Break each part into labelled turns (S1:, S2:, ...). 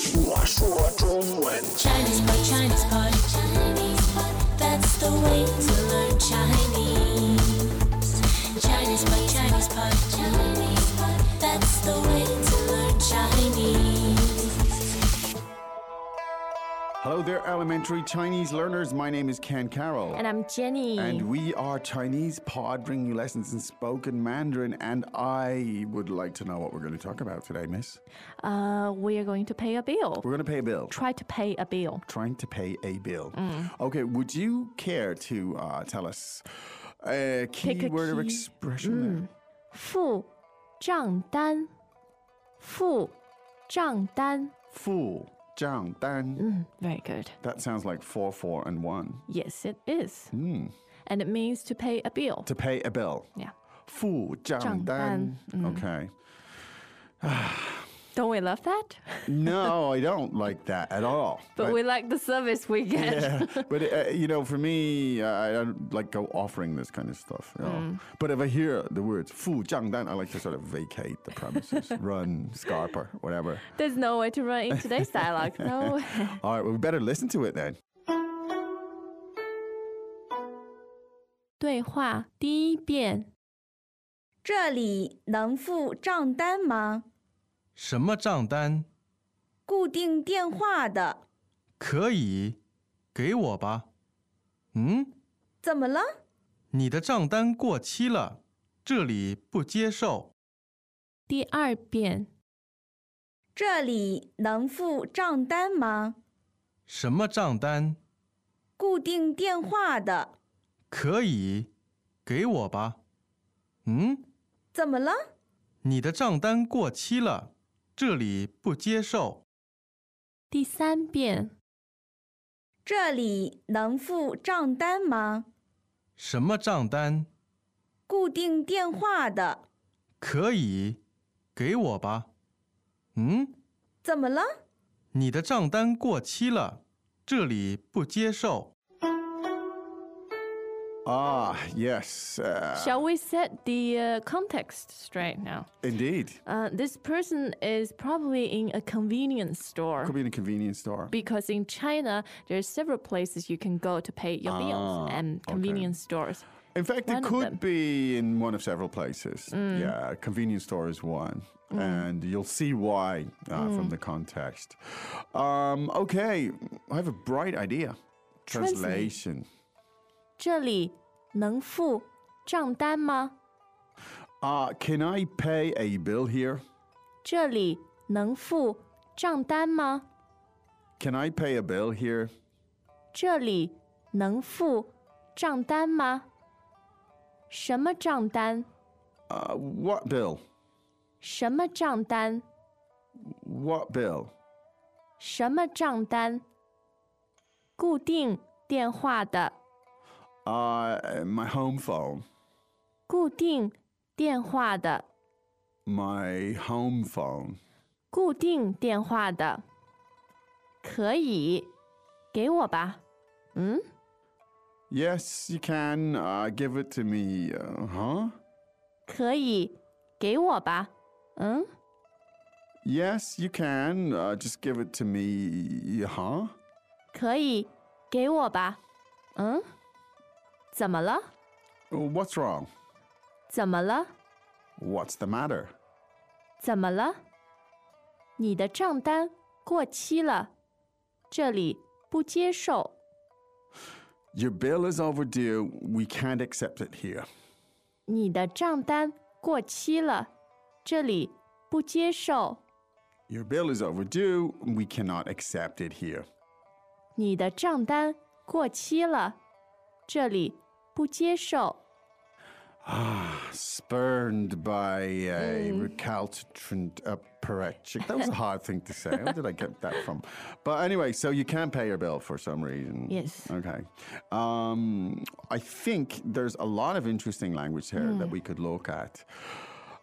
S1: 说中文。
S2: Chinese pot, Chinese pot, Chinese pot. That's the way to learn Chinese. Chinese pot, Chinese pot, Chinese pot. That's the way to learn Chinese.
S3: Hello there, elementary Chinese learners. My name is Ken Carroll.
S4: And I'm Jenny.
S3: And we are Chinese Pod, bringing you lessons in spoken Mandarin. And I would like to know what we're going to talk about today, miss.
S4: uh, we are going to pay a bill.
S3: We're going to pay a bill.
S4: Try to pay a bill.
S3: Trying to pay a bill.
S4: Mm.
S3: Okay, would you care to uh, tell us a key
S4: Pick a
S3: word or
S4: key. Mm.
S3: expression there?
S4: 付账单，付账单。
S3: Fool, Zhang Dan.
S4: Mm. Very good.
S3: That sounds like four, four, and one.
S4: Yes, it is.
S3: Hmm.
S4: And it means to pay a bill.
S3: To pay a bill.
S4: Yeah.
S3: Fool, Zhang Dan.
S4: Dan, Mm.
S3: Okay.
S4: Don't we love that?
S3: No, I don't like that at all.
S4: But we like the service we get.
S3: yeah, but uh, you know, for me, uh, I don't like go offering this kind of stuff. You know?
S4: Mm.
S3: But if I hear the words "fu zhang dan," I like to sort of vacate the premises, run, scarper, whatever.
S4: There's no way to run in today's dialogue. No.
S3: All right, well, we better listen to it then.
S4: 对话第一遍，
S5: 这里能付账单吗？
S6: 什么账单？
S5: 固定电话的，
S6: 可以，给我吧。嗯，
S5: 怎么了？
S6: 你的账单过期了，这里不接受。
S4: 第二遍，
S5: 这里能付账单吗？
S6: 什么账单？
S5: 固定电话的，
S6: 可以，给我吧。嗯，
S5: 怎么了？
S6: 你的账单过期了，这里不接受。
S4: 第三遍，
S5: 这里能付账单吗？
S6: 什么账单？
S5: 固定电话的，
S6: 可以，给我吧。嗯，
S5: 怎么了？
S6: 你的账单过期了，这里不接受。
S3: Ah, yes, uh,
S4: shall we set the uh, context straight now?
S3: indeed.
S4: Uh, this person is probably in a convenience store.
S3: Could be in a convenience store.
S4: because in China there's several places you can go to pay your
S3: Ah,
S4: bills and
S3: okay.
S4: convenience stores.
S3: In fact, it
S4: One of them. Mm.
S3: could be in one of several places. Yeah, a convenience store is one. And you'll see why uh,
S4: Mm.
S3: from the context. Um, okay, I have a bright idea.
S4: Translate.
S3: Translation.
S4: 这里能付账单吗？
S3: Uh, can I pay a bill here?
S4: 这里能付账单吗？
S3: Can I pay a bill here?
S4: 这里能付账单吗？什么账单？
S3: Uh, what bill?
S4: 什么账单？
S3: What bill?
S4: 什么账单？固定电话的，
S3: Uh, my home phone.
S4: 固定电话的，
S3: My home phone.
S4: 固定电话的，可以给我吧？嗯，
S3: Yes, you can. Uh, give it to me. Uh, huh?
S4: 可以给我吧？嗯，
S3: Yes, you can. Uh, just give it to me, huh?
S4: 可以给我吧？嗯，怎么了？
S3: What's wrong?
S4: 怎么了？
S3: What's the matter?
S4: 怎么了？你的账单过期了，这里不接受。
S3: Your bill is overdue. We can't accept it here.
S4: 你的账单过期了，这里不接受。
S3: Your bill is overdue. We cannot accept it here.
S4: 你的账单过期了，这里不接受。
S3: Ah, Spurned by a recalcitrant apparatchik. That was a hard thing to say. Where did I get that from? But anyway, so you can't pay your bill for some reason.
S4: Yes.
S3: Okay. Um, I think there's a lot of interesting language here that we could look at.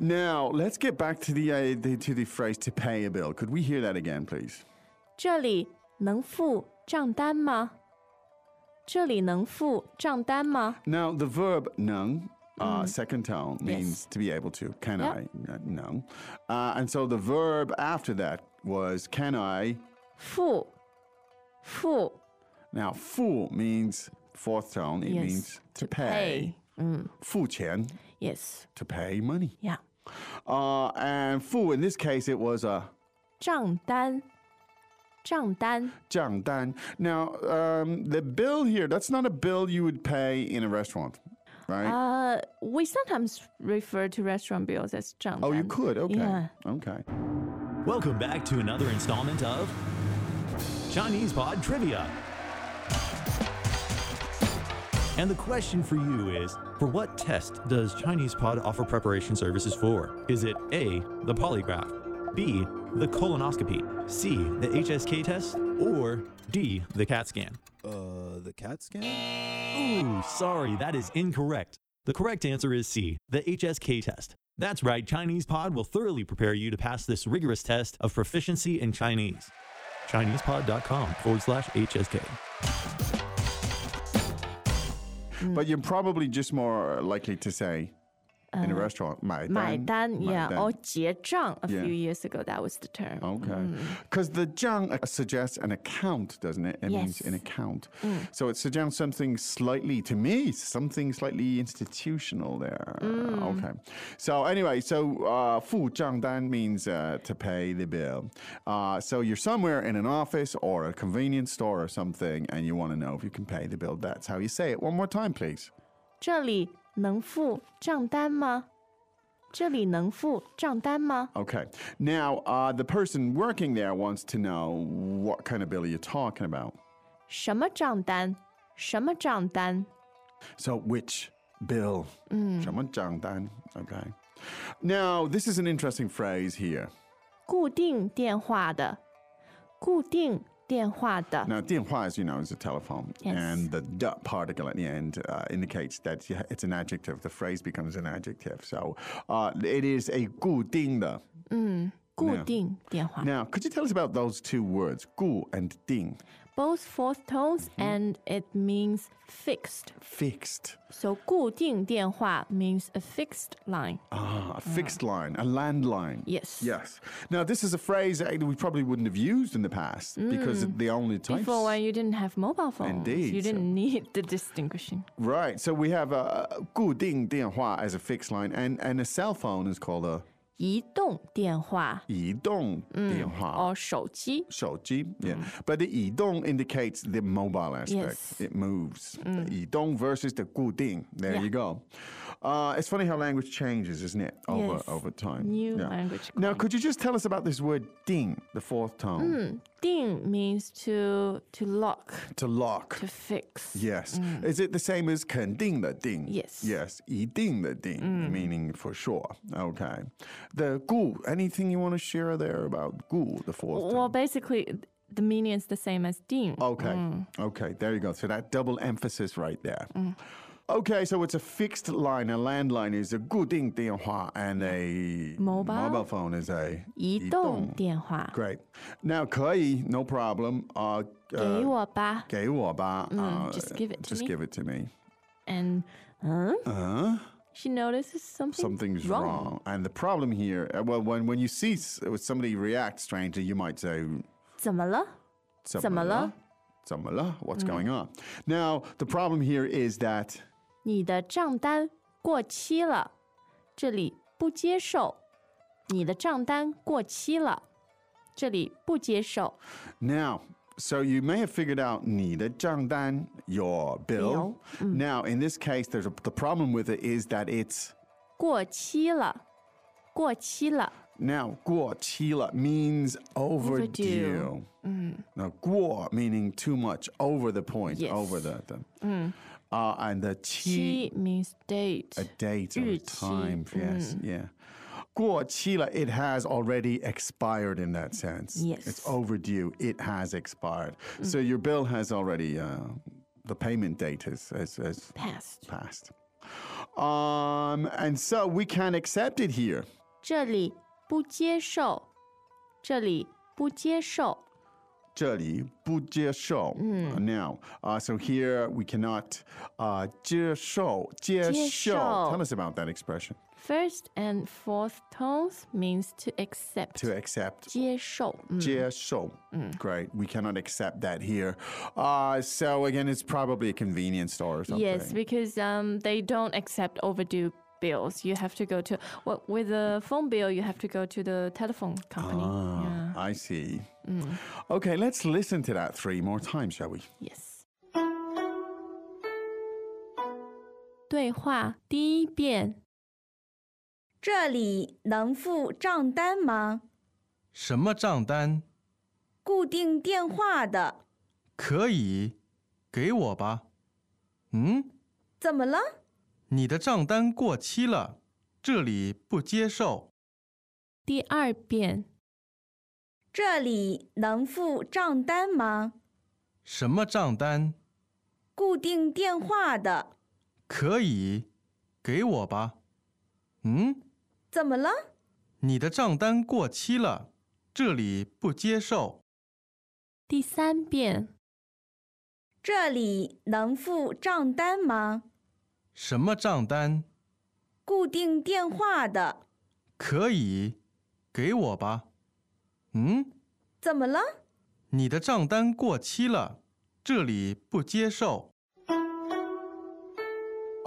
S3: Now let's get back to the, uh, the to the phrase "to pay a bill." Could we hear that again, please?
S4: 这里能付账单吗？这里能付账单吗？
S3: Now the verb "nung," uh, second tone, means
S4: Yes.
S3: to be able to. Can
S4: Yep.
S3: I? Uh, No. Uh, and so the verb after that was "can I
S4: 付付
S3: Now, fu means fourth tone. It
S4: Yes,
S3: means to pay.
S4: 嗯
S3: Fu qian,
S4: ，yes
S3: to pay money.
S4: yeah，
S3: Uh, and fu, in this case, it was a
S4: 账单账单
S3: jiang dan. Now, um, the bill here, that's not a bill you would pay in a restaurant, right?
S4: Uh, we sometimes refer to restaurant bills as 账单。
S3: oh, you could. Okay.
S4: Yeah.
S3: Okay.
S1: Welcome back to another installment of Chinese Pod Trivia. And the question for you is For what test does Chinese Pod offer preparation services for? Is it A, the polygraph, B, the colonoscopy, C, the HSK test, or D, the CAT scan?
S7: Uh, the CAT scan?
S1: Ooh, sorry, that is incorrect. The correct answer is C, the HSK test. That's right, Chinese Pod will thoroughly prepare you to pass this rigorous test of proficiency in Chinese. ChinesePod.com forward slash HSK.
S4: Mm.
S3: But you're probably just more likely to say in a restaurant, 买单,
S4: 买单，yeah，oh,
S3: 买单.
S4: or 结账。A
S3: Yeah. Oh,
S4: few years ago, that was the term. mm.
S3: Okay. Because the jiang uh, suggests an account, doesn't it? It means an
S4: Yes. Mm.
S3: account. So it suggests something slightly, to me, something slightly institutional there.
S4: Mm.
S3: Okay. So anyway, so uh, fu jiang dan means uh, to pay the bill. Uh, so you're somewhere in an office or a convenience store or something, and you want to know if you can pay the bill. That's how you say it. One more time, please.
S4: 这里能付账单吗？这里能付账单吗？
S3: Okay. Now, uh, the person working there wants to know what kind of bill you're talking about.
S4: 什么账单？什么账单？
S3: So which bill? Mm. Okay. Now this is an interesting phrase here.
S4: 固定电话的，固定电话的。
S3: Now 电话, as you know, is a telephone,
S4: Yes.
S3: and the d particle at the end uh, indicates that you ha- it's an adjective. The phrase becomes an adjective. So uh, it is a 固定的.
S4: 固定电话。
S3: Now, could you tell us about those two words, 固 and 定?
S4: Both fourth tones,
S3: Mm-hmm.
S4: and it means fixed.
S3: Fixed.
S4: So 固定电话 means a fixed line.
S3: Ah, a fixed line, a landline.
S4: Yes.
S3: Yes. Now, this is a phrase uh, we probably wouldn't have used in the past because the only types.
S4: Mm. Before when you didn't have mobile phones,
S3: Indeed,
S4: you
S3: so-
S4: didn't need the distinguishing.
S3: Right. So we have a a 固定电话 as a fixed line, and, and a cell phone is called a
S4: 移动电话
S3: 移动电话.
S4: Mm. or 手机
S3: 手机, yeah. But the 移动 indicates the mobile aspect.
S4: Yes. Mm.
S3: It moves. The 移动 versus the 固定. There
S4: Yeah.
S3: you go. Uh, it's funny how language changes, isn't it? Over
S4: Yes.
S3: over time.
S4: New language
S3: Now,
S4: coin.
S3: could you just tell us about this word 定, the fourth
S4: Mm.
S3: tone?
S4: 定 means to to lock,
S3: To lock.
S4: to fix.
S3: Yes. Is it the same as 肯定的定?
S4: Yes. Mm.
S3: Yes. 一定的定, meaning for sure. Okay. The 固, anything you want to share there about 固, the fourth
S4: Well,
S3: tone?
S4: basically the meaning is the same as 定
S3: Okay.
S4: mm.
S3: Okay. There you go. So that double emphasis right there. Okay, so it's a fixed line. A landline is a 固定电话 and a
S4: Mobile?
S3: mobile phone is a
S4: 移动电话
S3: Great. Now, 可以, no problem. Uh, uh,
S4: 给我吧
S3: 给我吧, uh,
S4: Mm, just give it to
S3: just
S4: me.
S3: give it to me.
S4: and 嗯
S3: Huh?
S4: she notices something
S3: something's Uh-huh. wrong. And the problem here, uh, well, when when you see s- uh, somebody react strangely, you might say,
S4: 怎么了
S3: "怎么了?怎么了? What's going on?" Now, the problem here is that
S4: 你的账单过期了，这里不接受。你的账单过期了，这里不接受。
S3: now. So you may have figured out 你的账单, your bill. Now, in this case, there's a, the problem with it is that it's
S4: 过期了，过期了，
S3: now 过期了 means overdue.
S4: Overdue.
S3: Now 过 meaning too much, over the point,
S4: Yes.
S3: over the, the uh, and the 期
S4: 期 means
S3: a
S4: date。
S3: date or a
S4: 日期，
S3: time. Yes,
S4: mm.
S3: yeah. 过期了, it has already expired in that sense. It's
S4: Yes. Mm.
S3: overdue. It has expired. So your bill has already, uh, the payment date has, has, has
S4: Past，
S3: passed. Um, and so we can accept it here.
S4: 这里不接受，这里不接受，
S3: 这里不接受.
S4: Mm.
S3: Now, uh, so here we cannot uh, 接受,接受.
S4: 接受.
S3: Tell us about that expression.
S4: First and fourth tones means to accept.
S3: To accept
S4: 接受，嗯
S3: 接受.
S4: Mm-hmm.
S3: Great. We cannot accept that here. Uh, so again, it's probably a convenience store or something.
S4: Yes, because um, they don't accept overdue bills. You have to go to well, with a phone bill. You have to go to the telephone company.
S3: Ah, I see.
S4: Mm-hmm.
S3: Okay, let's listen to that three more times, shall we?
S4: Yes. 对话第一遍，
S5: 这里能付账单吗？
S6: 什么账单？
S5: 固定电话的，
S6: 可以给我吧？嗯，
S5: 怎么了？
S6: 你的账单过期了，这里不接受。
S4: 第二遍，
S5: 这里能付账单吗？
S6: 什么账单？
S5: 固定电话的，
S6: 可以给我吧？嗯，
S5: 怎么了？
S6: 你的账单过期了，这里不接受。
S4: 第三遍，
S5: 这里能付账单吗？
S6: 什么账单？
S5: 固定电话的，
S6: 可以给我吧？嗯，
S5: 怎么了？
S6: 你的账单过期了，这里不接受。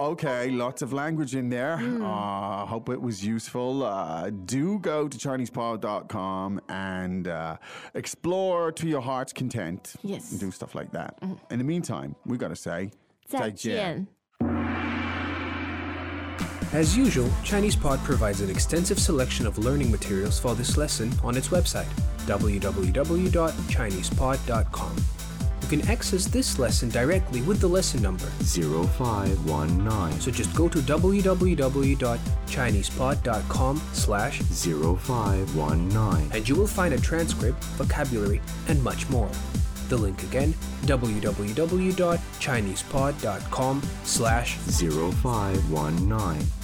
S3: Okay, lots of language in there.
S4: Mm.
S3: Uh, hope it was useful. Uh, do go to ChinesePod.com and uh, explore to your heart's content.
S4: Yes. Mm-hmm.
S3: Do stuff like that. In the meantime, we got to say 再
S4: 再
S3: 见
S4: 见。
S8: As usual, ChinesePod provides an extensive selection of learning materials for this lesson on its website, www.chinesepod.com. You can access this lesson directly with the lesson number,
S9: 0519
S8: so just go to www.chinesepod.com slash
S9: 0519
S8: and you will find a transcript, vocabulary, and much more. The link again, www.chinesepod.com slash
S9: 0519